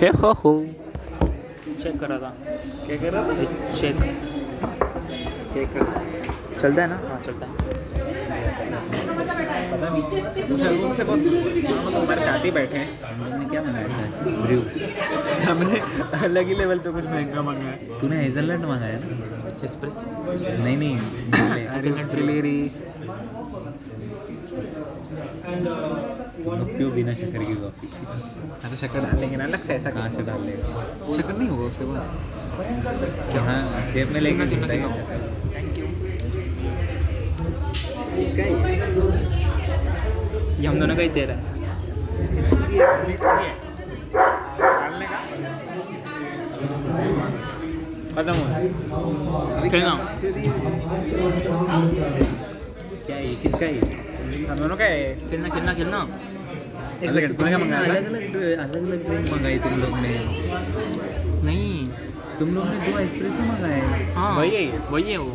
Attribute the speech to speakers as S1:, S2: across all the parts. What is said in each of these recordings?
S1: हे हो हो
S2: चेक कर रहा था
S1: क्या कर रहा
S2: चेक
S1: था चेक कर चलता है ना
S2: हाँ चलता है
S1: पता नहीं मुझे रूम से बहुत हम लोग हमारे साथ ही बैठे हैं हमने क्या मंगाया था ऐसे? हमने अलग ही लेवल पे कुछ महंगा मंगाया है
S3: तूने हेजलनट मंगाया ना
S2: एक्सप्रेस
S3: नहीं नहीं बोले।
S1: अरे उसके लिए रे
S3: तुम लोग क्यों बिना शक्कर की कॉफी
S1: अरे शक्कर डालेंगे ना अलग से ऐसा
S3: कहाँ से डाल लेगा
S1: शक्कर नहीं होगा उसके बाद
S3: हाँ सेब में लेके
S1: कितना-
S3: गिरता है
S1: कितना-
S3: शक्कर।
S1: इसका ही
S2: ये हम दोनों का ही तेरा है
S1: डालने का
S2: खत्म हुआ ठीक ना
S3: क्या ये किसका ये
S1: हम दोनों का है
S2: खेलना खेलना खेलना
S1: एक सेकंड तूने क्या मंगाया
S3: अलग अलग अलग अलग ड्रिंक मंगाई तुम लोग ने
S2: नहीं
S3: तुम लोग ने दो एस्प्रेसो मंगाए
S2: हाँ
S1: वही है ये।
S2: वही है वो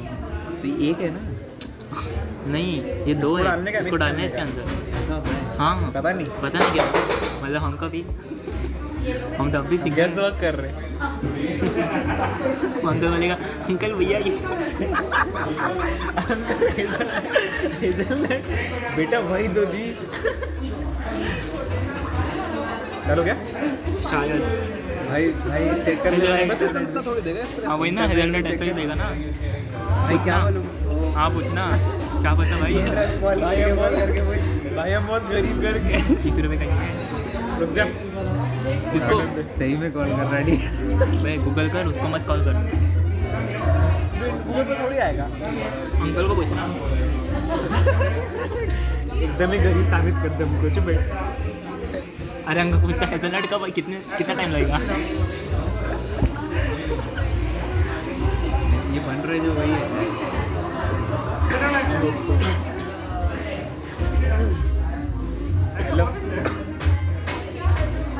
S3: तो एक है ना
S2: नहीं ये दो
S1: इसको
S2: है
S1: डालने का,
S2: इसको
S1: mix
S2: डालना है इसके
S1: करने
S2: अंदर
S3: ऐसा होता है
S2: हाँ हाँ।
S1: पता नहीं
S2: पता नहीं क्या मतलब हम कभी हम तब भी सीख गए
S1: गैस वर्क कर रहे
S2: अंकल बोलेगा अंकल भैया ये तो-"
S1: तो- बेटा वही दो जी डालो क्या
S2: शायद
S3: भाई भाई चेक कर ले भाई
S1: बच्चे तुम इतना थोड़ी देगा
S2: हाँ वही ना हेलमेट ऐसा ही देगा ना
S3: भाई क्या मालूम
S2: हाँ पूछना क्या पता भाई
S3: बॉल
S1: भाई हम बहुत करके पूछ- भाई हम बहुत गरीब करके
S2: तीस रुपये का ही है
S1: रुक जा
S2: इसको
S3: सही में कॉल कर रहा है
S2: भाई गूगल कर उसको मत कॉल कर
S1: गूगल पे तो थोड़ी आएगा
S2: अंकल को पूछना
S1: एकदम ही गरीब साबित कर दम कुछ बैठ
S2: अरे अंकल को पूछता हेजलनट का भाई कितने कितना टाइम लगेगा
S3: ये बन रहे जो वही है शायद।
S1: हेलो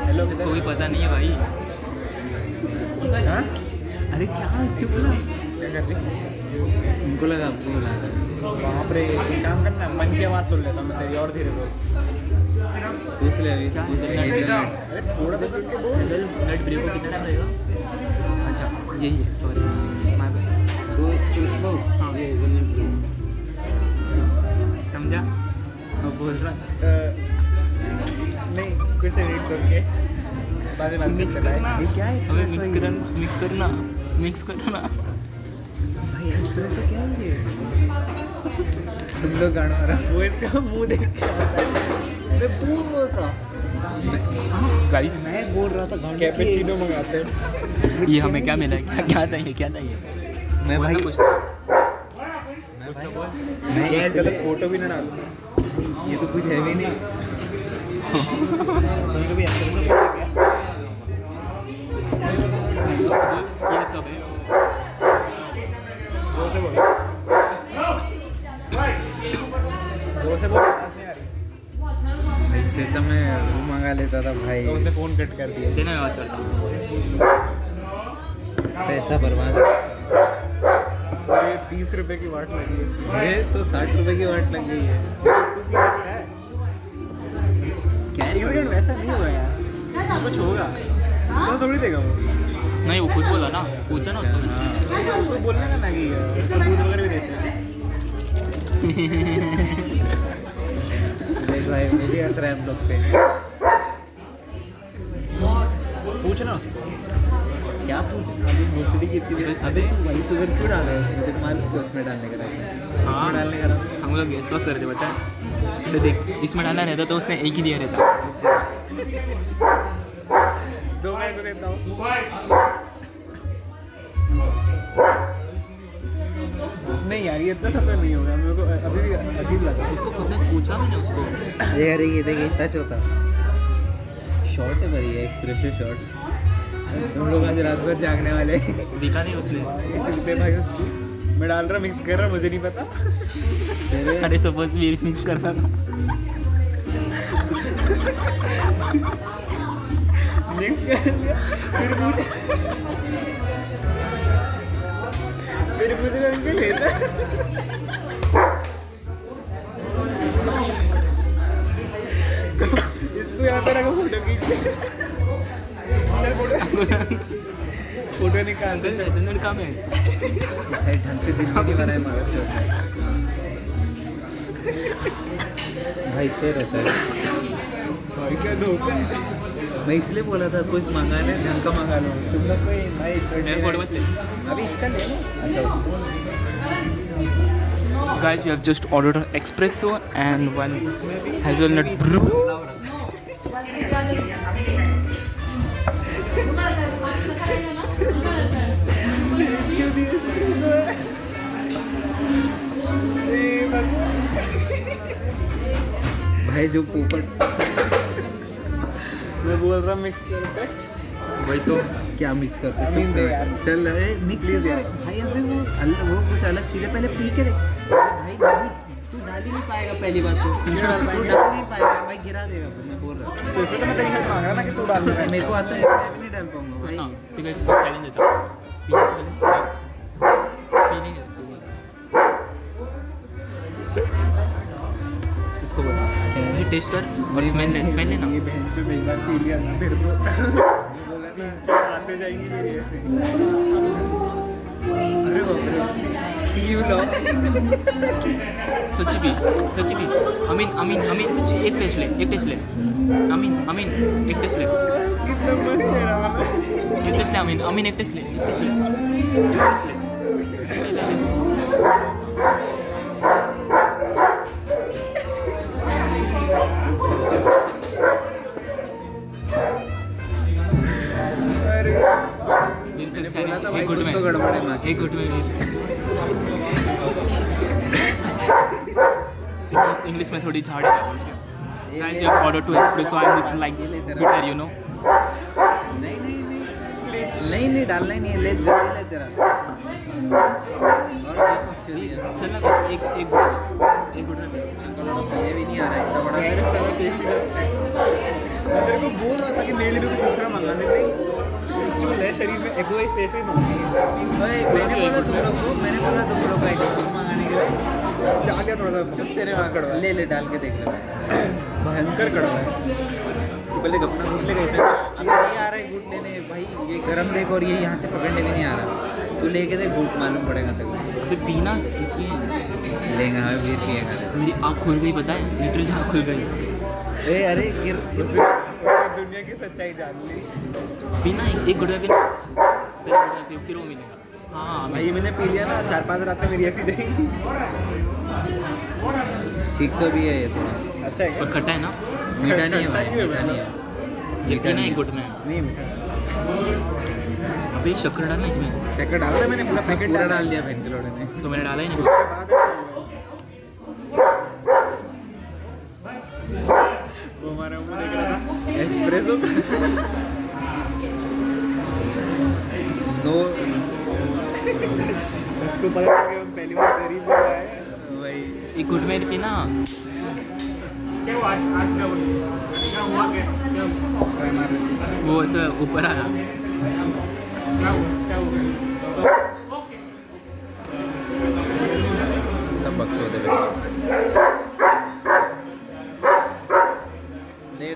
S1: हेलो
S2: इसको भी पता नहीं है भाई
S1: हाँ
S3: अरे क्या चुप ना
S1: क्या कर रही
S3: उनको लगा आपको बुला रहा है।
S1: वहाँ पर एक काम करना मन की आवाज़ सुन लेता हूँ मैं तेरी और धीरे बोल
S3: पूछ ले अभी पूछ ले हेजलनट
S1: अरे थोड़ा सा बस के बोल
S2: हेजलनट ब्रेक को कितना टाइम लगेगा अच्छा यही है सॉरी माय बैड
S3: दो एस्प्रेसो
S2: हाँ।
S3: ये हेजलनट
S2: समझा अब बोल रहा
S1: अ, नहीं कुछ मिनट सुन के बाद में बात
S2: मिक्स
S1: करते हैं।
S2: करना
S3: ये क्या है?
S2: अबे मिक्स करना मिक्स करना मिक्स करना
S3: भाई एस्प्रेसो क्या है ये
S1: तुम लोग गाना आ रहा वो इसका मुंह देख के
S3: मैं बोल रहा था
S2: गाइस
S3: मैं बोल रहा था गांड
S1: कैपेचिनो मंगाते हैं
S2: ये हमें क्या मिला है? क्या क्या था ये क्या था ये
S3: मैं भाई
S2: कुछ
S3: मैं
S1: यार इसका तो
S3: इसलिए-
S1: फोटो भी ना डालो
S3: ये तो कुछ है भी नहीं
S1: तुमने कभी एक्सरसाइज किया
S2: ये सब है
S1: जोर से बोलो जोर से बोलो आवाज़ नहीं आ रही
S3: सेसम में वो मंगा लेता था भाई
S1: तो उसने फोन कट कर दिया
S2: देना मैं बात करता हूँ
S3: पैसा बर्बाद
S1: अरे तो तीस रुपए की वाट लगी है।
S3: अरे तो साठ रुपए की वाट लग गई है
S1: है
S3: क्या है?
S1: एक सेकंड वैसा नहीं हुआ यार उसमें कुछ होगा
S3: हाँ?
S1: तो थोड़ी देगा वो
S2: नहीं वो खुद बोला ना पूछा ना उसको
S3: हाँ
S1: उसको तो बोलने का मैगी है उसको दूध वगैरह भी देते हैं
S3: हाँ। देख भाई मैं भी हंस रहा है हम लोग पे
S1: पूछना उसको
S3: क्या पूछ अभी मोसड़ी की इतनी अबे तू वाइट शुगर क्यों डाल रहा है उसमें तेरे मालूम क्यों उसमें डालने का रहा
S2: हाँ।
S3: उसमें डालने का रहा
S2: हम लोग इस वक्त करते बता तो देख इसमें डालना रहता तो उसने एक ही दिया रहता
S1: दो मिनट को देता हूँ नहीं यार ये इतना सफर नहीं होगा मेरे को अभी भी अजीब लगा
S2: उसको खुद ने पूछा मैंने उसको
S3: ये अरे ये देखिए टच होता शॉर्ट है पर ये एक्सप्रेशन शॉर्ट हम लोग आज रात भर जागने वाले हैं।
S2: दिखा नहीं उसने
S1: ये चुगते भाई उसकी मैं डाल रहा मिक्स कर रहा मुझे नहीं पता
S3: तेरे
S2: अरे सपोज भी मिक्स करना था
S1: मिक्स कर लिया फिर पूछ फिर पूछ रहे अंकल लेता इसको यहाँ पर फोटो खींचे फोटो निकाल
S2: अंकल ऐसे मिनट कम है
S3: भाई ढंग से सिर्फ नहीं बनाए मगर चोट भाई इतने रहता है
S1: भाई क्या धोखा है
S3: मैं इसलिए बोला था कुछ मंगाने ढंग का मंगा लो तुम लोग कोई भाई थोड़ी
S2: मैं फोटो मत ले
S3: अभी इसका ले लो अच्छा उसको
S2: Guys, we have just ordered an espresso and one hazelnut brew.
S3: Brew भाई जो पोपट
S1: मैं बोल रहा मिक्स करते
S3: वही तो क्या मिक्स करते हैं?
S1: अमीन दे
S3: चुप
S1: यार।
S3: कर। चल रहे मिक्स
S1: Please
S3: कैसे
S1: यार।
S3: करें? भाई अबे वो अलग वो कुछ अलग चीजें पहले पी के देख भाई नहीं तू डाल ही नहीं पाएगा पहली बात तो तू
S1: क्यों डाल
S3: डाल
S1: पाएगा?
S3: नहीं पाएगा भाई गिरा देगा तू मैं बोल रहा हूँ
S1: तो इसलिए तो मैं तेरी हेल्प मांग रहा ना कि तू डाल दे।
S3: मेरे को आता है मैं भी नहीं डाल पाऊंगा
S2: सुनना
S3: भाई
S2: तेरे को एक चैलेंज देता हूँ पीने से पहले स्नैप पीने के पहले। उसको बोला भाई टेस्ट कर और स्मेल ले स्मेल लेना
S1: ये बहन जो एक बार पी लिया ना फिर तो तीन चार आते जाएंगी मेरे ऐसे
S3: अरे बाप रे सी यू लॉ
S2: सच्ची भी सच्ची भी अमीन अमीन अमीन सच्ची एक टेस्ट ले एक टेस्ट ले अमीन अमीन एक टेस्ट ले
S1: कितना मन चेहरा वाला
S2: एक टेस्ट ले अमीन अमीन एक टेस्ट ले एक टेस्ट ले एक टेस्ट ले ले, ले, ले।
S1: अरे
S2: दिल से
S3: मैंने
S2: अच्छा
S3: बोला
S2: नहीं, एक
S3: था भाई,
S2: घुट
S3: कुछ
S2: में
S3: तो गड़बड़ है बाकी।
S2: एक घुट में इंग्लिश में थोड़ी झाड़ी Guys, you have ordered two espresso and it's like bitter, you know.
S3: नहीं नहीं नहीं नहीं नहीं डालना ही नहीं है ले जरा ले जरा और देखो, चल यार।
S2: चल ना एक एक घुट एक घुट में चल।
S3: मुझे भी नहीं आ रहा इतना बड़ा
S1: अरे सारा टेस्टी लगता है मैं तेरे को बोल रहा था कि मेरे लिए भी दूसरा मंगाने नहीं जो है शरीर में एक वही स्पेस है
S3: ओए, मैंने बोला तुम लोग को मैंने बोला तुम लोग को आइसक्रीम मंगाने के लिए
S1: डाल लिया थोड़ा सा चुप तेरे वहाँ कड़वा है।
S3: ले ले डाल के देख ले भाई।
S1: भयंकर कड़वा है तू पहले अपना घुट ले गए
S3: अब नहीं आ रहा है घूट लेने भाई ये गरम देख और ये यहाँ से पकड़ने भी नहीं आ रहा तू लेके देख घूट मालूम पड़ेगा तक
S2: अबे पीना चाहिए
S3: लेंगे हाँ, हमें भी पिएगा
S2: मेरी आँख खुल गई पता है लिटरली आँख खुल गई
S3: अरे अरे गिर
S1: दुनिया की सच्चाई जान ली
S2: पीना एक एक घुट में पीना पहले घुट में पियो, फिर वो मिलेगा हाँ
S1: भाई मैंने पी लिया ना चार पांच रात में मेरी ऐसी जाएगी
S3: ठीक तो भी है ये थोड़ा
S1: अच्छा है
S2: पर खट्टा है ना
S3: मीठा नहीं है भाई मीठा नहीं है
S2: ये
S3: मीठा
S2: पीना
S3: नहीं
S2: एक घुट में
S1: नहीं मीठा
S2: अभी शक्कर डालना इसमें
S1: चक्कर डाल दिया मैंने पूरा पैकेट
S3: पूरा डाल दिया पेनकिलोड़े ने
S2: तो मैंने डाला ही नहीं
S1: उसके बाद वो हमारा मुंह देख रहा था
S3: एस्प्रेसो दो
S1: उसको पता था कि हम पहली बार गरीब बोल रहा है
S3: भाई
S2: एक घुट में पीना वो ऐसा ऊपर आया
S3: सब बक्सों दे भाई ले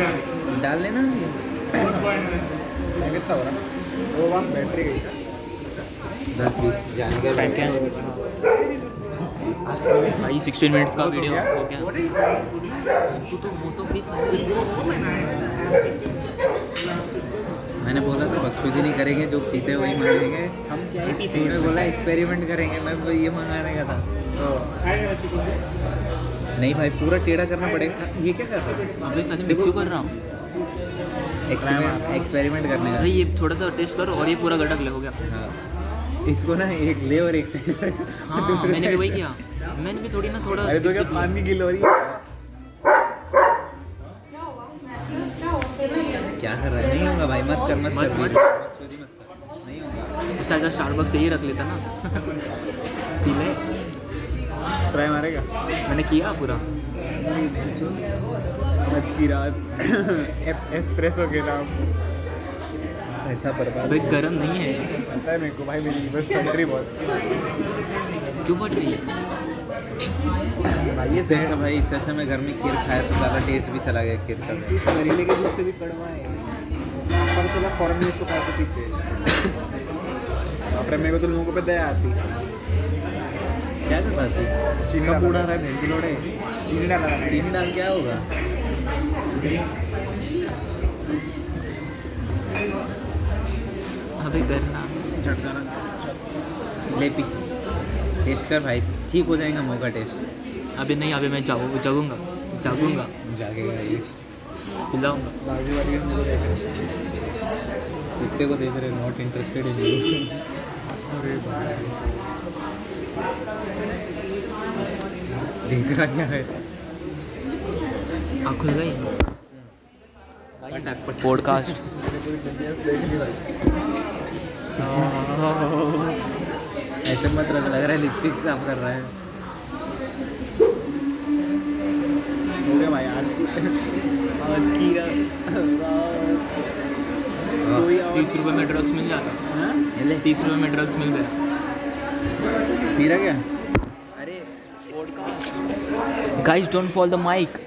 S3: डाल डाल लेना
S1: कितना हो रहा वो वहाँ बैटरी गई
S3: दस बीस जाने का
S2: Thank you. भाई 16 मिनट्स का वीडियो हो गया तू तो वो तो बीस
S3: मैंने बोला था बख्शुदी नहीं करेंगे जो पीते वही मांगेंगे
S1: हम क्या ही पीते
S3: तूने बोला एक्सपेरिमेंट करेंगे मैं वो ये मंगाने का था नहीं भाई पूरा टेढ़ा करना पड़ेगा ये क्या कर रहा
S2: अबे साले मिक्स क्यों कर रहा हूँ
S3: है एक्सपेरिमेंट करने
S2: अरे ये थोड़ा सा टेस्ट करो और ये पूरा गटक ले हो गया
S3: का हाँ इसको ना एक ले और एक साइड
S2: हाँ मैंने भी वही किया मैंने भी थोड़ी ना थोड़ा
S1: अरे तो क्या
S2: चिपचिप-
S1: पानी गिल हो रही है
S3: क्या कर रहा है नहीं होगा भाई मत कर मत
S2: मत-
S3: कर
S2: मत।
S3: बख्शुदी मत कर। नहीं होगा
S2: उससे अगर स्टारबक्स यही रख लेता ना पी ले
S1: ट्राई मारेगा
S2: मैंने किया पूरा
S1: आज की रात एप- एस्प्रेसो के नाम
S3: पैसा बर्बाद
S2: अबे गर्म नहीं है
S1: पता है मेरे को भाई मेरी बस कंट्री बहुत
S2: क्यों बढ़ रही है
S3: भाई इससे अच्छा भाई इससे अच्छा मैं घर में खीर खाया तो ज़्यादा टेस्ट भी चला गया खीर का
S1: करेले के दूध से भी कड़वा है तो पर चला फॉरन में इसको खा के पीते अपने मेरे को तो लोगों पे दया आती
S3: क्या कर रहा तू
S1: चीनी
S3: सब उड़ा रहा है भेंटिलोड़े
S1: चीनी डाला
S3: चीनी डाल क्या होगा
S2: अभी करना
S1: चटकारा
S3: ले पी टेस्ट कर भाई ठीक हो जाएगा मुंह का टेस्ट
S2: अभी नहीं अभी मैं जागू जागूंगा जागूंगा
S3: जागेगा ये
S2: पिलाऊंगा
S1: बाजू वाली को देखा
S3: कुत्ते को देख रहे नॉट इंटरेस्टेड इन यू
S1: अरे भाई
S3: देख रहा क्या है
S2: आँख खुल गई पॉडकास्ट
S3: हाँ। ऐसे मत रख लग रहा है लिपस्टिक साफ कर रहा है
S1: हो गया भाई आज की आज की
S3: हाँ।
S1: रात कोई और-
S2: तीस रुपये में ड्रग्स मिल जाता
S1: हाँ?
S3: ले
S2: तीस रुपये में ड्रग्स मिल गया
S3: पी रहा क्या अरे
S2: guys don't fall the mic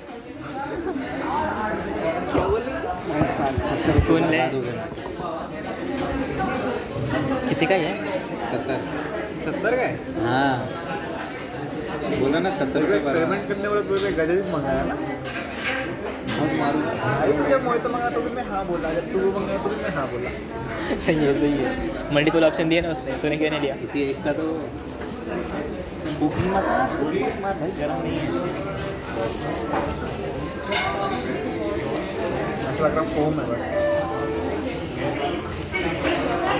S1: भाई सात सत्तर
S2: सुन ले
S3: बता दोगे
S2: कितने का है
S3: सत्तर
S1: सत्तर का है
S3: हाँ बोला ना सत्तर
S1: तेरे को
S3: रुपये पर
S1: एक्सपेरिमेंट करने वाला तूने गजब ही मंगाया ना
S3: बहुत मारू
S1: भाई तो जब मोहित मंगाया तो भी मैं हाँ बोला जब तू मंगाया तो भी मैं हाँ बोला
S2: सही है सही है मल्टीपल ऑप्शन दिया ना उसने तूने क्यों नहीं लिया
S3: किसी एक का तो
S1: बुकिंग मत मार बुकिंग मत भाई गर्म नहीं है अच्छा लग रहा फोम है बस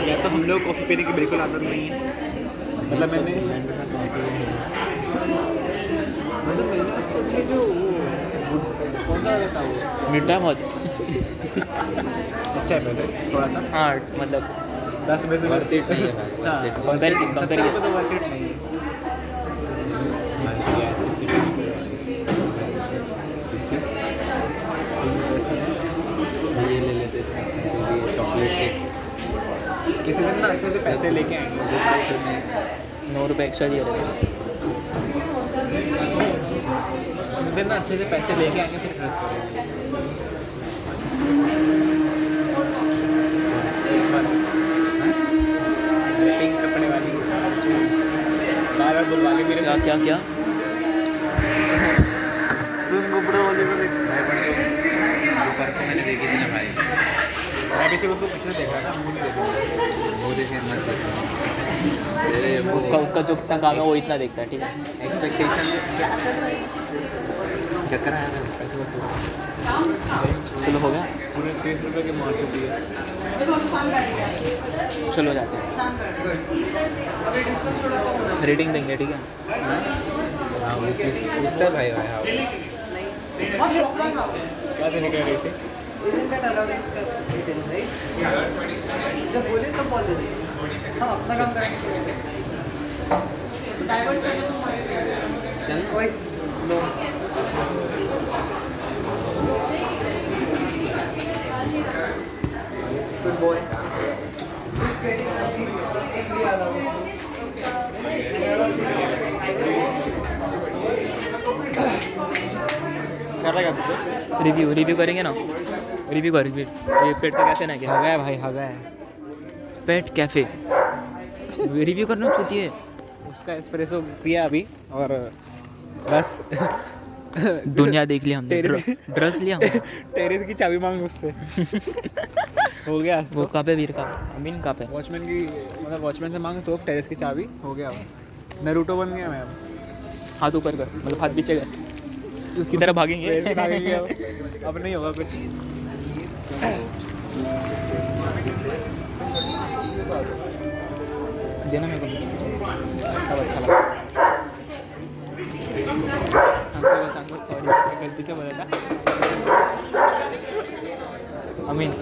S1: या तो हम लोग कॉफ़ी पीने की बिल्कुल आदत नहीं है मतलब मैंने मतलब मैंने आज तक ये जो वो कौन सा रहता है वो
S2: मीठा बहुत
S1: अच्छा है पहले थोड़ा सा
S2: हाँ मतलब
S1: दस में से
S3: Worth it नहीं है भाई, worth
S1: हाँ,
S3: it।
S2: Compare की-
S1: सत्तर
S2: compare की।
S1: को तो वर्थ इट नहीं है
S3: ये ले लेते थे चॉकलेट शेक
S1: किसी दिन ना अच्छे से पैसे लेके आएंगे
S2: नौ रुपये एक्स्ट्रा दिया था
S1: किसी दिन ना अच्छे से पैसे लेके आएंगे फिर खर्च करेंगे एक बार, हाँ? पिंक कपड़े वाली बार बार बुलवा के मेरे
S2: क्या क्या क्या
S1: पिंक कपड़े वाली को देख
S3: परसों तो मैंने देखी थी ना भाई
S1: मैं किसी को उसको पीछे से देखा था मुँह नहीं देखा
S3: वो देखे मत अरे वो
S2: उसका उसका जो कितना काम है वो इतना देखता है ठीक है
S3: एक्सपेक्टेशन चक्कर आया था
S1: पैसे बस
S2: चलो हो गया
S1: पूरे तीस रुपये की मार चुकी है
S2: चलो जाते हैं रेटिंग देंगे ठीक है
S3: हाँ वो किस- किसका भाई भाई हाँ वो।
S1: क्या देने का रेट है
S4: Isn't that allowed in detail, right? जब बोले तो बोल देते हाँ अपना काम करेंगे
S3: चल
S4: कोई नो गुड बॉय
S1: कर रहा है
S2: रिव्यू रिव्यू करेंगे ना रिव्यू कर रिव्यू ये पेट का कैफे ना क्या
S1: गया भाई हगा है
S2: पेट कैफे रिव्यू करना छुट्टी है
S1: उसका एस्प्रेसो पिया अभी और बस
S2: दुनिया देख लिया हमने
S1: तेरे-
S2: ड्रग्स लिया हमने।
S1: टेरेस की चाबी मांग उससे
S3: तो
S1: हो गया
S2: वो कहाँ पे वीर का अमीन कहाँ पे
S1: वॉचमैन की मतलब वॉचमैन से मांग तो टेरेस की चाबी हो गया नरूटो बन गया मैं अब
S2: हाथ ऊपर कर मतलब हाथ पीछे कर उसकी तरह भागेंगे
S1: वैसे ही भागेंगे अब। अब नहीं होगा कुछ
S2: देना मेरे को कुछ। तब अच्छा लगा अंकल अंकल सॉरी गलती से बोला था अमीन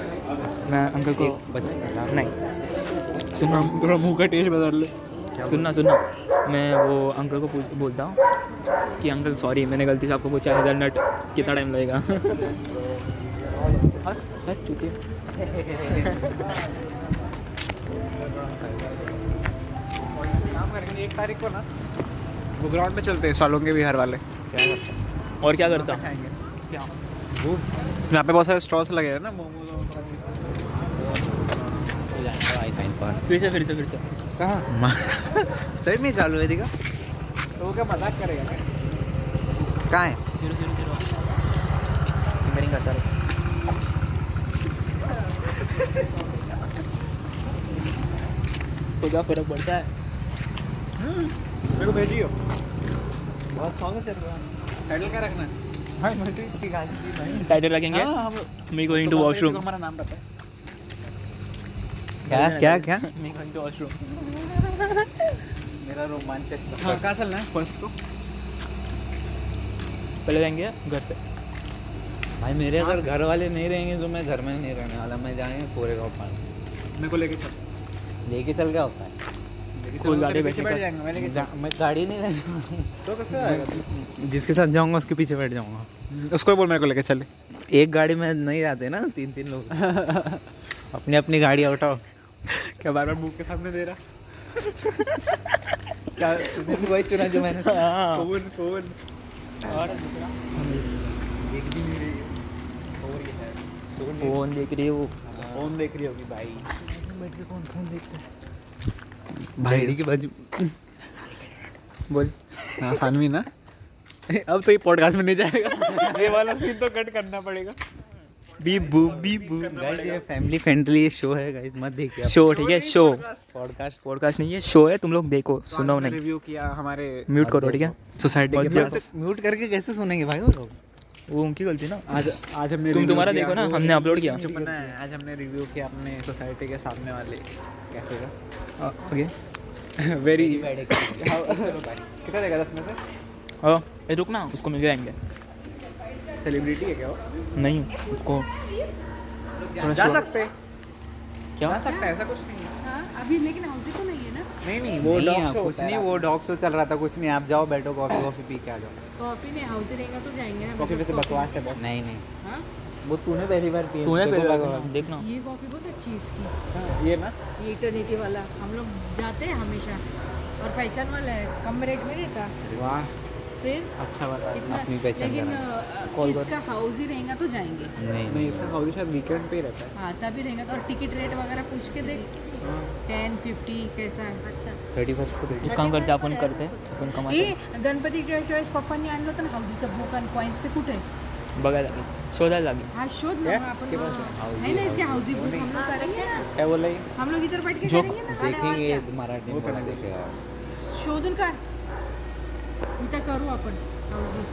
S2: मैं अंकल को
S3: एक बचा
S2: नहीं
S1: थोड़ा थोड़ा मुंह का टेस्ट बदल ले
S2: सुनना सुनना मैं वो अंकल को पूछ बोलता हूँ कि अंकल सॉरी मैंने गलती से आपको पूछा हज़ार नट कितना टाइम लगेगा बस बस चूती
S1: काम करेंगे एक तारीख को ना वो ग्राउंड में चलते हैं सालों के बिहार वाले
S2: और क्या करता
S1: खाएंगे
S2: क्या
S1: वो यहाँ पे बहुत सारे स्टॉल्स लगे हैं ना मोमोज
S2: फिर से फिर से फिर से
S1: कहाँ
S3: सही में चालू है देखा
S1: तो वो क्या मजाक करेगा क्या?
S3: कहाँ है
S2: जीरो जीरो जीरो तो क्या फर्क पड़ता है
S1: मेरे को भेजियो
S3: बहुत सॉन्ग चल रहा है
S1: टाइटल क्या रखना है
S3: भाई
S1: तो
S3: मुझे इतनी गाली दी भाई
S2: टाइटल रखेंगे
S1: हाँ, हम
S2: मी गोइंग टू
S1: तो बताइए
S2: वॉशरूम
S1: किसको हमारा नाम पता है
S3: क्या क्या क्या
S2: मी गोइंग टू वॉशरूम
S3: मेरा रोमांचक
S1: हाँ कहाँ चलना है फर्स्ट को
S2: पहले जाएंगे घर पे
S3: भाई मेरे अगर घर वाले नहीं रहेंगे तो मैं घर में नहीं रहने वाला मैं जाएंगे कोरेगांव पार्क
S1: मेरे को लेके चल
S3: लेके चल क्या होता है
S1: लेके
S2: कोई
S1: चल
S2: गाड़ी
S1: गाड़ी बैठ
S2: बैठने का-
S1: जाएंगे मैं लेके
S3: जा, मैं गाड़ी नहीं लेने
S1: तो कैसे आएगा तू? हम्म।
S3: जिसके साथ जाऊंगा उसके पीछे बैठ जाऊंगा
S1: उसको ही बोल मेरे को लेके चले
S3: एक गाड़ी में नहीं जाते ना तीन तीन लोग अपनी अपनी गाड़ी उठाओ
S1: क्या बार बार मुंह के सामने दे रहा
S3: क्या तुमने भी वही सुना जो मैंने सुना?
S1: फोन फोन
S2: फोन देख रही हो
S1: फोन देख रही होगी भाई
S3: भाई की बाजू
S1: बोल हाँ सानवी ना अब तो ये पॉडकास्ट में नहीं जाएगा ये वाला सीन तो कट करना पड़ेगा
S3: बी बू बी बू गाइस ये फैमिली फ्रेंडली शो है गाइस मत देखिए
S2: शो ठीक है शो
S3: पॉडकास्ट
S2: पॉडकास्ट नहीं है शो है तुम लोग देखो सुनो नहीं
S1: रिव्यू किया हमारे
S2: म्यूट करो ठीक है
S1: सोसाइटी के
S2: बंदे-
S1: पास
S3: म्यूट करके कैसे सुनेंगे भाई वो लोग
S2: वो उनकी गलती ना
S1: आज आज
S2: तुम
S1: हमने review
S2: तुम्हारा
S1: किया,
S2: देखो ना,
S1: वो
S2: हमने upload किया।
S1: चुप ना है, आज हमने रिव्यू किया अपने सोसाइटी के सामने वाले कैफे
S2: ओके
S1: का वेरी
S3: हाँ।
S1: कितना देगा दस में से
S2: हाँ ये रुक ना उसको मिल जाएंगे
S1: सेलिब्रिटी है क्या वो
S2: नहीं उसको थोड़ा
S1: जा
S2: शो-
S1: सकते
S2: क्या?
S1: जा सकते हैं, ऐसा कुछ नहीं है।
S5: हाँ अभी लेकिन हमसे तो नहीं है ना
S1: नहीं नहीं वो
S3: वो
S1: डॉग शो
S3: कुछ नहीं वो डॉग शो चल रहा था कुछ नहीं आप जाओ बैठो कॉफी कॉफी पी के आ जाओ
S5: कॉफी नहीं हाउसे रहेगा तो जाएंगे ना
S1: कॉफी वैसे बकवास है बहुत
S3: नहीं नहीं
S5: हाँ
S3: वो तूने पहली बार पी
S2: तूने पहले देखना
S5: ये कॉफी बहुत अच्छी इसकी
S1: हाँ, ये ना
S5: ये इटर्निटी वाला हम लोग जाते हैं हमेशा और पहचान वाला है कम रेट में देता
S1: वाह
S5: फिर
S1: अच्छा बता
S5: कितना
S3: अपनी पहचान
S5: लेकिन
S3: करा।
S5: अ, अ,
S1: कॉल कर।
S5: इसका हाउस ही रहेगा तो जाएंगे
S3: नहीं
S1: नहीं इसका हाउस शायद वीकेंड पे ही रहता है
S5: हाँ तभी रहेगा तो और टिकट रेट वगैरह पूछ के देख
S1: हाँ।
S5: टेन फिफ्टी कैसा है अच्छा
S3: थर्टी फर्स्ट को
S2: एक काम करते आपण करते आपण कमाते
S5: ए गणपतीच्या वेळेस पप्पांनी आणलं होतं तो ना हाऊजीचं बुक आणि कॉईन्स ते कुठे आहे?
S2: बघायला लागेल शोधायला लागेल
S5: हा हाँ, शोध ना मग आपण नाही ना हाँ। इसके हाऊजी बुक हम लोग करेंगे ना
S1: क्या बोला ये
S5: हम लोग इधर बैठ के
S2: जो-
S5: करेंगे ना अरे और
S3: देखेंगे
S5: क्या?
S3: मराठी में
S1: चला
S3: देखेगा
S5: शोधून काढ इथं करू आपण हाऊजी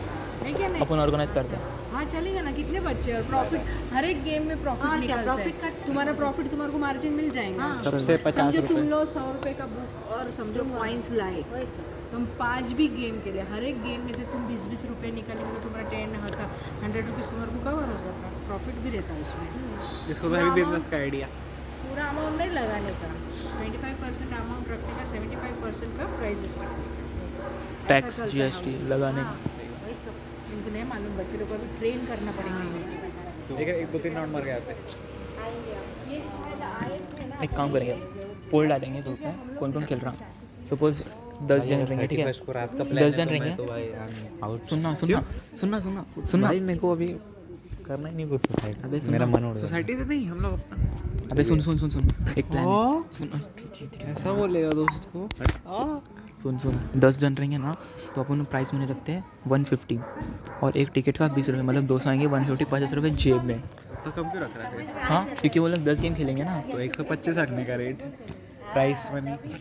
S5: है क्या नहीं
S2: आपण ऑर्गनाइज करते हैं।
S5: हाँ चलेगा ना कितने बच्चे हैं? और प्रॉफिट हर एक गेम में प्रॉफिट निकलता है
S6: profit का-
S5: तुम्हारा प्रॉफिट तुम्हारे को मार्जिन मिल जाएगा
S3: हाँ।
S1: सबसे पचास
S5: समझो तुम
S1: रुपये
S5: लोग सौ रुपए का बुक और समझो पॉइंट्स लाए तुम पाँच भी गेम के लिए हर एक गेम में से तुम बीस बीस रुपए निकालेंगे तो तुम्हारा टेन होता हंड्रेड रुपीज़ तुम्हारे को कवर हो जाता है प्रॉफिट भी रहता है उसमें
S1: इसको तो है बिजनेस का आइडिया
S5: पूरा अमाउंट नहीं लगाने का ट्वेंटी फाइव परसेंट अमाउंट रखने का सेवेंटी फाइव परसेंट का प्राइजेस
S2: टैक्स जीएसटी लगाने
S5: इनको नहीं मालूम बच्चे लोग को अभी ट्रेन करना पड़ेगा इन्हें।
S1: तो एक एक दो तीन राउंड मार गया आपसे
S2: एक काम करेंगे पोल डालेंगे ग्रुप में कौन कौन खेल रहा है सपोज दस जन रहेंगे ठीक है
S3: को रात का
S2: दस
S3: प्लान है
S2: जन
S3: तो
S2: रहेंगे।
S3: मैं तो भाई आउट
S2: सुनना सुनना सुनना सुनना
S3: सुन
S2: सुनना
S3: भाई मेरे को अभी करना ही नहीं कुछ
S2: अबे
S3: सोसाइटी
S2: सुनना।
S3: मेरा मन उड़ गया
S1: सोसाइटी से नहीं हम लोग अपना
S2: अबे सुन सुन सुन सुन एक प्लान है। सुन
S1: कैसा बोलेगा दोस्त को
S2: सुन सुन दस जन रहेंगे ना तो अपन प्राइस मनी रखते हैं वन फिफ्टी और एक टिकट का बीस रुपये मतलब दो सौ आएंगे वन फिफ्टी पचास रुपये जेब में
S1: तो कम क्यों रख रहा है
S2: हाँ क्योंकि वो लोग दस गेम खेलेंगे ना
S1: तो एक सौ पच्चीस रखने का rate prize money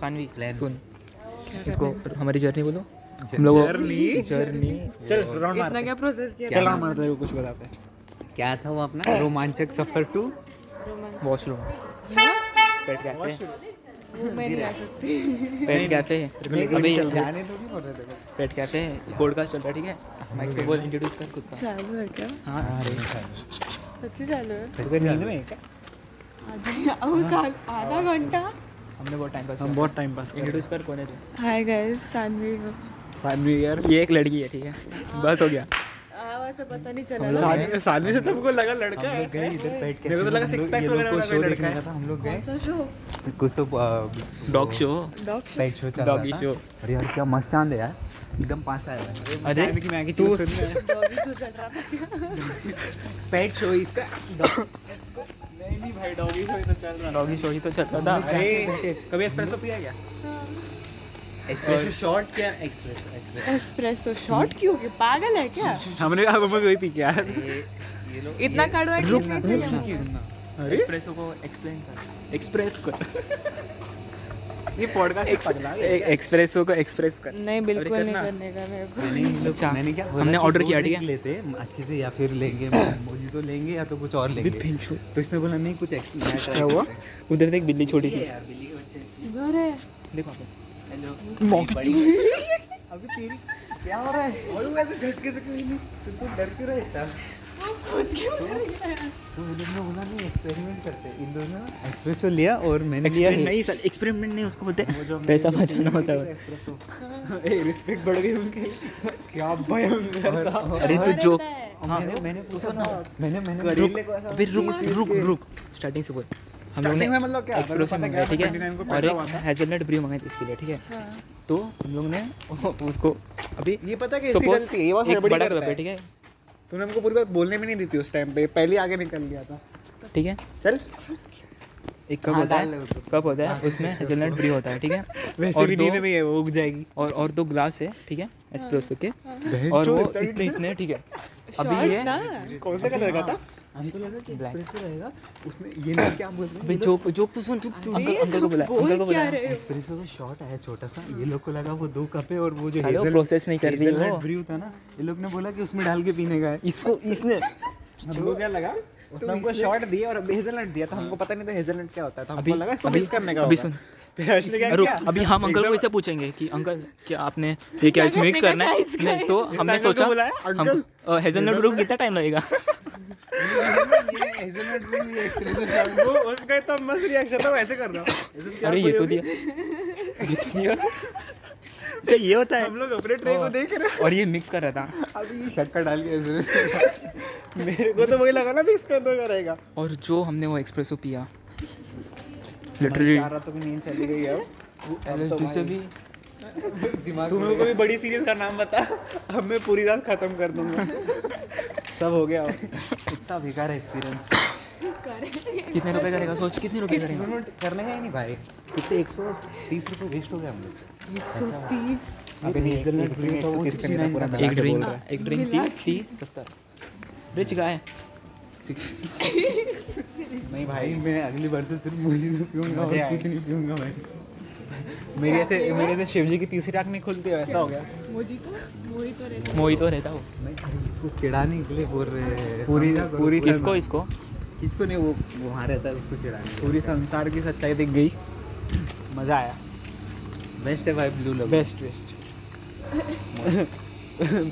S2: Saanvi
S3: Plan.
S2: सुन इसको हमारी जर्नी बोलो हम लोग जर्नी
S1: चल राउंड मारते हैं।
S5: प्रोसेस किया
S1: चल राउंड मारते हैं कुछ बताते हैं
S3: क्या था वो अपना रोमांचक सफर टू
S2: वॉशरूम पेट कैफे
S5: मैं नहीं आ सकती
S2: पेट कैफे अभी
S3: जाने तो नहीं बोल रहे थे
S2: पेट कैफे पॉडकास्ट चल रहा है ठीक है माइक को बोल इंट्रोड्यूस कर खुद का
S5: चालू है क्या
S2: हाँ
S5: सच्ची चालू है
S1: तू क्या नींद में है क्या
S5: आधा घंटा
S2: हमने बहुत टाइम पास
S1: हम बहुत टाइम पास कर
S2: इंट्रोड्यूस कर कौन है तू
S6: हाय गाइस सानवी
S1: सानवी यार
S2: ये एक लड़की है ठीक है बस हो गया
S6: आवाज
S5: से पता नहीं
S3: हम लोग
S5: चला
S3: गए-
S1: सानवी- सानवी से तुमको लगा लड़का
S3: हम
S1: है
S3: लोग गए इधर बैठ के
S1: मेरे को तो
S3: फिर
S1: लगा
S3: हम लोग-
S1: six packs
S3: ये लोग
S1: वगैरह
S3: को
S1: लगा
S3: show
S1: लड़का
S3: देखने
S1: है।
S3: का था, हम लोग गए
S5: सोचो
S3: कुछ तो
S2: dog show
S5: dog show
S3: pet show चल
S2: Doggy
S3: रहा
S2: show.
S3: था अरे यार क्या मस्त चांद है यार एकदम पास आया है
S2: अरे
S1: सानवी की मैगी चूस
S5: डॉगी शो चल रहा था
S3: पेट शो तो इसका
S1: नहीं नहीं भाई डॉगी शो तो चल रहा
S2: डॉगी शो ही तो चलता था
S1: अरे कभी एस्प्रेसो पिया क्या
S3: एक्सप्रेशन शॉर्ट क्या एक्सप्रेशन
S5: एस्प्रेसो शॉर्ट क्यों कि पागल है क्या
S1: हमने अब हमें वही पी के यार
S3: ये लोग
S5: इतना कड़वा टिफिन से लेना।
S1: अरे
S2: एक्सप्रेसो को एक्सप्लेन कर एक्सप्रेस कर
S1: ये पॉडकास्ट पगला है।
S2: एक्सप्रेसो को एक्सप्रेस कर
S5: नहीं बिल्कुल नहीं
S3: करना।
S5: करने का मेरे को
S3: मैंने इन लोग-
S2: अच्छा,
S3: मैंने क्या बोला
S2: हमने
S3: कि
S2: order
S3: दो
S2: किया, ठीक
S3: drink
S2: है?
S3: लेते हैं, अच्छे से या फिर लेंगे मोजितो लेंगे या तो कुछ और लेंगे तो इसने बोला नहीं कुछ एक्स्ट्रा नया try
S2: क्या हुआ?
S3: करते हैं।
S2: उधर देख बिल्ली छोटी सी
S3: ये यार बिल्ली के बच्चे
S5: इधर है
S2: देखो
S3: हेलो
S2: Mock.
S3: बड़ी अभी तेरी क्या हो रहा है और वो ऐसे झटके से क्यों हिली? तू तो डर क्यों रहा है इतना तो उन लोग ने बोला नहीं एक्सपेरिमेंट करते हैं। इन दोनों ने एस्प्रेसो लिया और मैंने लिया
S2: एक्सपेरिमेंट नहीं सर एक्सपेरिमेंट नहीं उसको बोलते
S3: वो जो हमने
S2: पैसा
S3: लोग
S2: बचाना होता है
S3: एस्प्रेसो
S1: ए रिस्पेक्ट बढ़ गई उनके क्या भयंकर था
S2: अरे तो जो
S3: और मैंने मैंने पूछा ना मैंने मैंने
S1: करीले
S3: को ऐसा
S2: अबे रुक रुक रुक स्टार्टिंग से बोल हम लोग ने
S1: Starting में मतलब क्या?
S2: एक्सप्रेस
S1: पता
S2: मंगाया
S1: क्या?
S2: ठीक
S1: 29 को
S2: है और
S1: पहला हुआ
S2: एक हेजलनट ब्रियो मंगाई थी इसके लिए ठीक है तो हम लोग ने उसको अभी
S1: ये पता क्या इसकी
S2: सपोज
S1: गलती है ये बात
S2: एक
S1: गड़बड़ी
S2: बड़ा
S1: करता
S2: कप है
S1: है
S2: ठीक है
S1: तूने हमको पूरी बात बोलने में नहीं दी थी उस टाइम पे पहले आगे निकल गया था
S2: ठीक है
S1: चल
S2: एक कप
S3: हाँ,
S2: होता
S3: डाल
S2: है
S3: दो।
S2: कप होता है उसमें हेजलनट ब्रियो होता है ठीक है
S1: तो। हाँ। वैसे
S2: और
S1: भी
S2: दो-
S1: नींद में ही है वो उग जाएगी
S2: और और दो ग्लास है ठीक है एस्प्रेसो के
S1: बहन
S2: और
S1: चोद,
S2: वो
S1: इतना-
S2: इतने इतने ठीक है
S5: शॉर्ट ना
S1: कौन सा कलर का था
S3: हमको लगा कि एक्सप्रेसो रहेगा उसने ये लोग क्या बोल रहे हैं
S2: अबे जोक जोक तो सुन चुप तू अंकल
S5: ये
S2: अंकल को
S5: सब
S2: बुला
S5: बोल
S2: अंकल को
S5: क्या
S2: बुला
S5: रहे हो?
S3: एस्प्रेसो का शॉट आया छोटा सा ये लोग को लगा वो दो कप है और वो जो
S2: साले वो
S3: हेजल
S2: process नहीं कर रही है वो।
S3: ब्रू था ना ये लोग ने बोला कि उसमें डाल के पीने का है
S2: इसको इसने
S1: तो हमको क्या लगा उसने हमको शॉर्ट दिया और हेजलनट दिया था हमको पता नहीं था हेजलनट क्या होता था हमको लगा इसको मिक्स करने का
S2: अभी
S1: होगा।
S2: सुन
S1: फिर हर्ष ने क्या
S2: रुक
S1: किया?
S2: अभी हम अंकल को
S1: एकदम-
S2: ऐसे पूछेंगे कि अंकल क्या आपने ये क्या इसमें मिक्स करना है नहीं तो हमने
S1: अंकल को
S2: सोचा
S1: बुलाया,
S2: हम हेजलनट ब्रू कितना टाइम लगेगा
S3: हेजलनट ब्रू ये एक्सप्रेसो शॉट
S1: वो उसका इतना मस्त रिएक्शन था वो ऐसे कर रहा
S2: अरे ये तो दिया ये तो दिया अच्छा ये होता है
S1: हम लोग अपने ट्रे को देख रहे
S2: और ये मिक्स कर रहा था
S3: अभी ये शक्कर डाल के एस्प्रेसो
S1: हैं। मेरे को तो वही लगा ना मिक्स करने का रहेगा
S2: और जो हमने वो एक्सप्रेसो पिया लिटरली
S1: चार रातों की नींद चली गई अब
S2: तो
S3: एलएसडी से भी दिमाग
S1: तुम लोगों को भी बड़ी सीरीज का नाम बता अब मैं पूरी रात खत्म कर दूंगा सब हो गया अब।
S3: इतना बेकार एक्सपीरियंस
S2: कितने रुपए करेगा सोच कितने रुपए करेगा
S3: एक्सपेरिमेंट करने का ही नहीं भाई कितने एक सौ तीस रुपये वेस्ट हो गए हम लोग तो
S5: सो तीस
S3: अबे हेजलनट ब्रू था वो सिक्सटी नाइन का था
S2: एक ड्रिंक एक ड्रिंक तीस तीस सत्तर रिच गाय
S3: नहीं भाई मैं अगली बार से सिर्फ मुझे तो पीऊंगा और
S1: मजे आए।
S3: कुछ नहीं पीऊंगा भाई
S1: मेरी ऐसे मेरे ऐसे शिव जी की तीसरी आँख नहीं खुलती है, ऐसा हो गया
S5: मोजी तो मोही तो रहता
S2: मोही तो रहता वो
S3: मैं अरे इसको चिढ़ाने के लिए बोल रहे हैं
S1: पूरी-
S3: सामना करो,
S1: पूरी
S3: पूरा-
S2: इसको इसको
S3: इसको नहीं वो वो वहाँ रहता है उसको चिढ़ाने के लिए।
S1: पूरी संसार की सच्चाई दिख गई मजा आया
S3: बेस्ट है भाई ब्लू लगो
S1: best best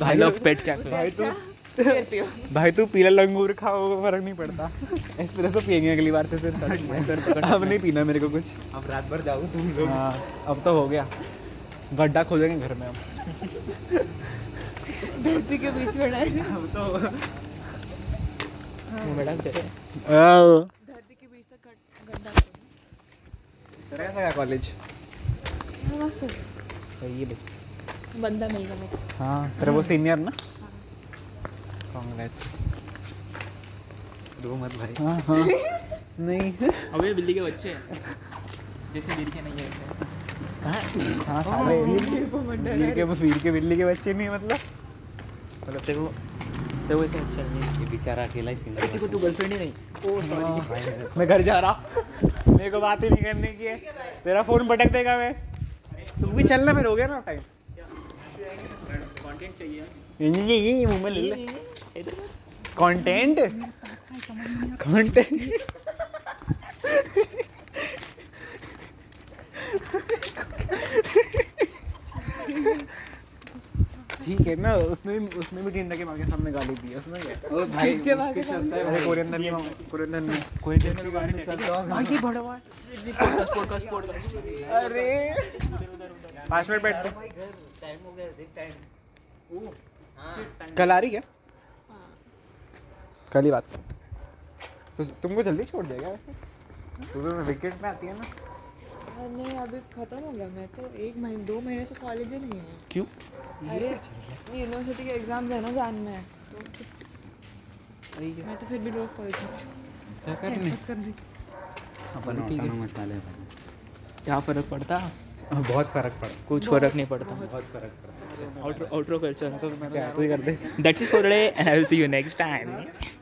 S2: I love pet cafe
S1: भाई तू
S5: फिर पियो
S1: भाई तू पीला लंगूर खाओ फर्क नहीं पड़ता एस्प्रेसो पियेंगे अगली बार से सिर्फ अब नहीं पीना मेरे को कुछ
S3: अब रात भर जाओ तुम
S2: मतलब
S3: लोग
S1: हाँ अब तो हो गया गड्ढा खोदेंगे घर में हम
S5: धरती के बीच में डाल
S2: मैडम तेरे
S5: धरती के बीच तक गड्ढा
S3: कैसा गया कॉलेज
S5: खोदो।
S1: सही है भाई।
S5: बंदा मिल गया मेरे को।
S1: हाँ तेरा वो सीनियर ना
S3: कांग्रेस रो मत भाई
S1: हाँ हाँ नहीं
S2: अबे बिल्ली के बच्चे जैसे मेरी के नहीं है वैसे
S1: हाँ सारे वीर के वीर के बिल्ली के बच्चे नहीं है मतलब
S2: मतलब तेरे को तेरे को ऐसे अच्छा नहीं है
S3: ये बेचारा अकेला ही सिंगल
S2: तेरे को तू गर्लफ्रेंड ही नहीं
S1: मैं घर जा रहा मेरे को बात ही नहीं करने की है तेरा फोन भटक देगा मैं तुम भी चलना फिर हो गया ना टाइम कंटेंट चाहिए ये ये मुंह में ले ले कंटेंट कंटेंट ठीक है ना उसने भी उसने भी टिंडा के माँ के सामने गाली दी है, उसमें क्या है?
S3: ओ भाई
S5: किसके बाद
S3: उसके चलता है
S1: अरे कोरियंदर ने कोरियंदर ने
S3: कोई जैसे भी गाड़ी में चलता हूँ
S2: आगे बढ़वा
S1: अरे पाँच मिनट बैठ
S3: भाई घर टाइम हो गया देख टाइम
S1: कल आ रही क्या
S5: हाँ
S1: कल ही बात तो तुमको जल्दी छोड़ देगा वैसे तुम्हें विकेट में आती है ना
S6: नहीं अभी खत्म हो गया मैं तो एक महीने दो महीने से कॉलेज ही नहीं है
S2: क्यों
S6: अरे यूनिवर्सिटी के एग्जाम्स है ना जान में तो मैं तो फिर भी रोज कॉलेज जाती हूँ क्या करने
S2: हाँ,
S3: अपन ठीक है मसाले पर
S2: क्या फ़र्क पड़ता
S1: बहुत फर्क पड़ता
S2: कुछ फ़र्क नहीं पड़ता आउटरो आउटरो कल्चर
S1: तो मैं क्या तू ही कर दे
S2: that's it for today and I will see you next time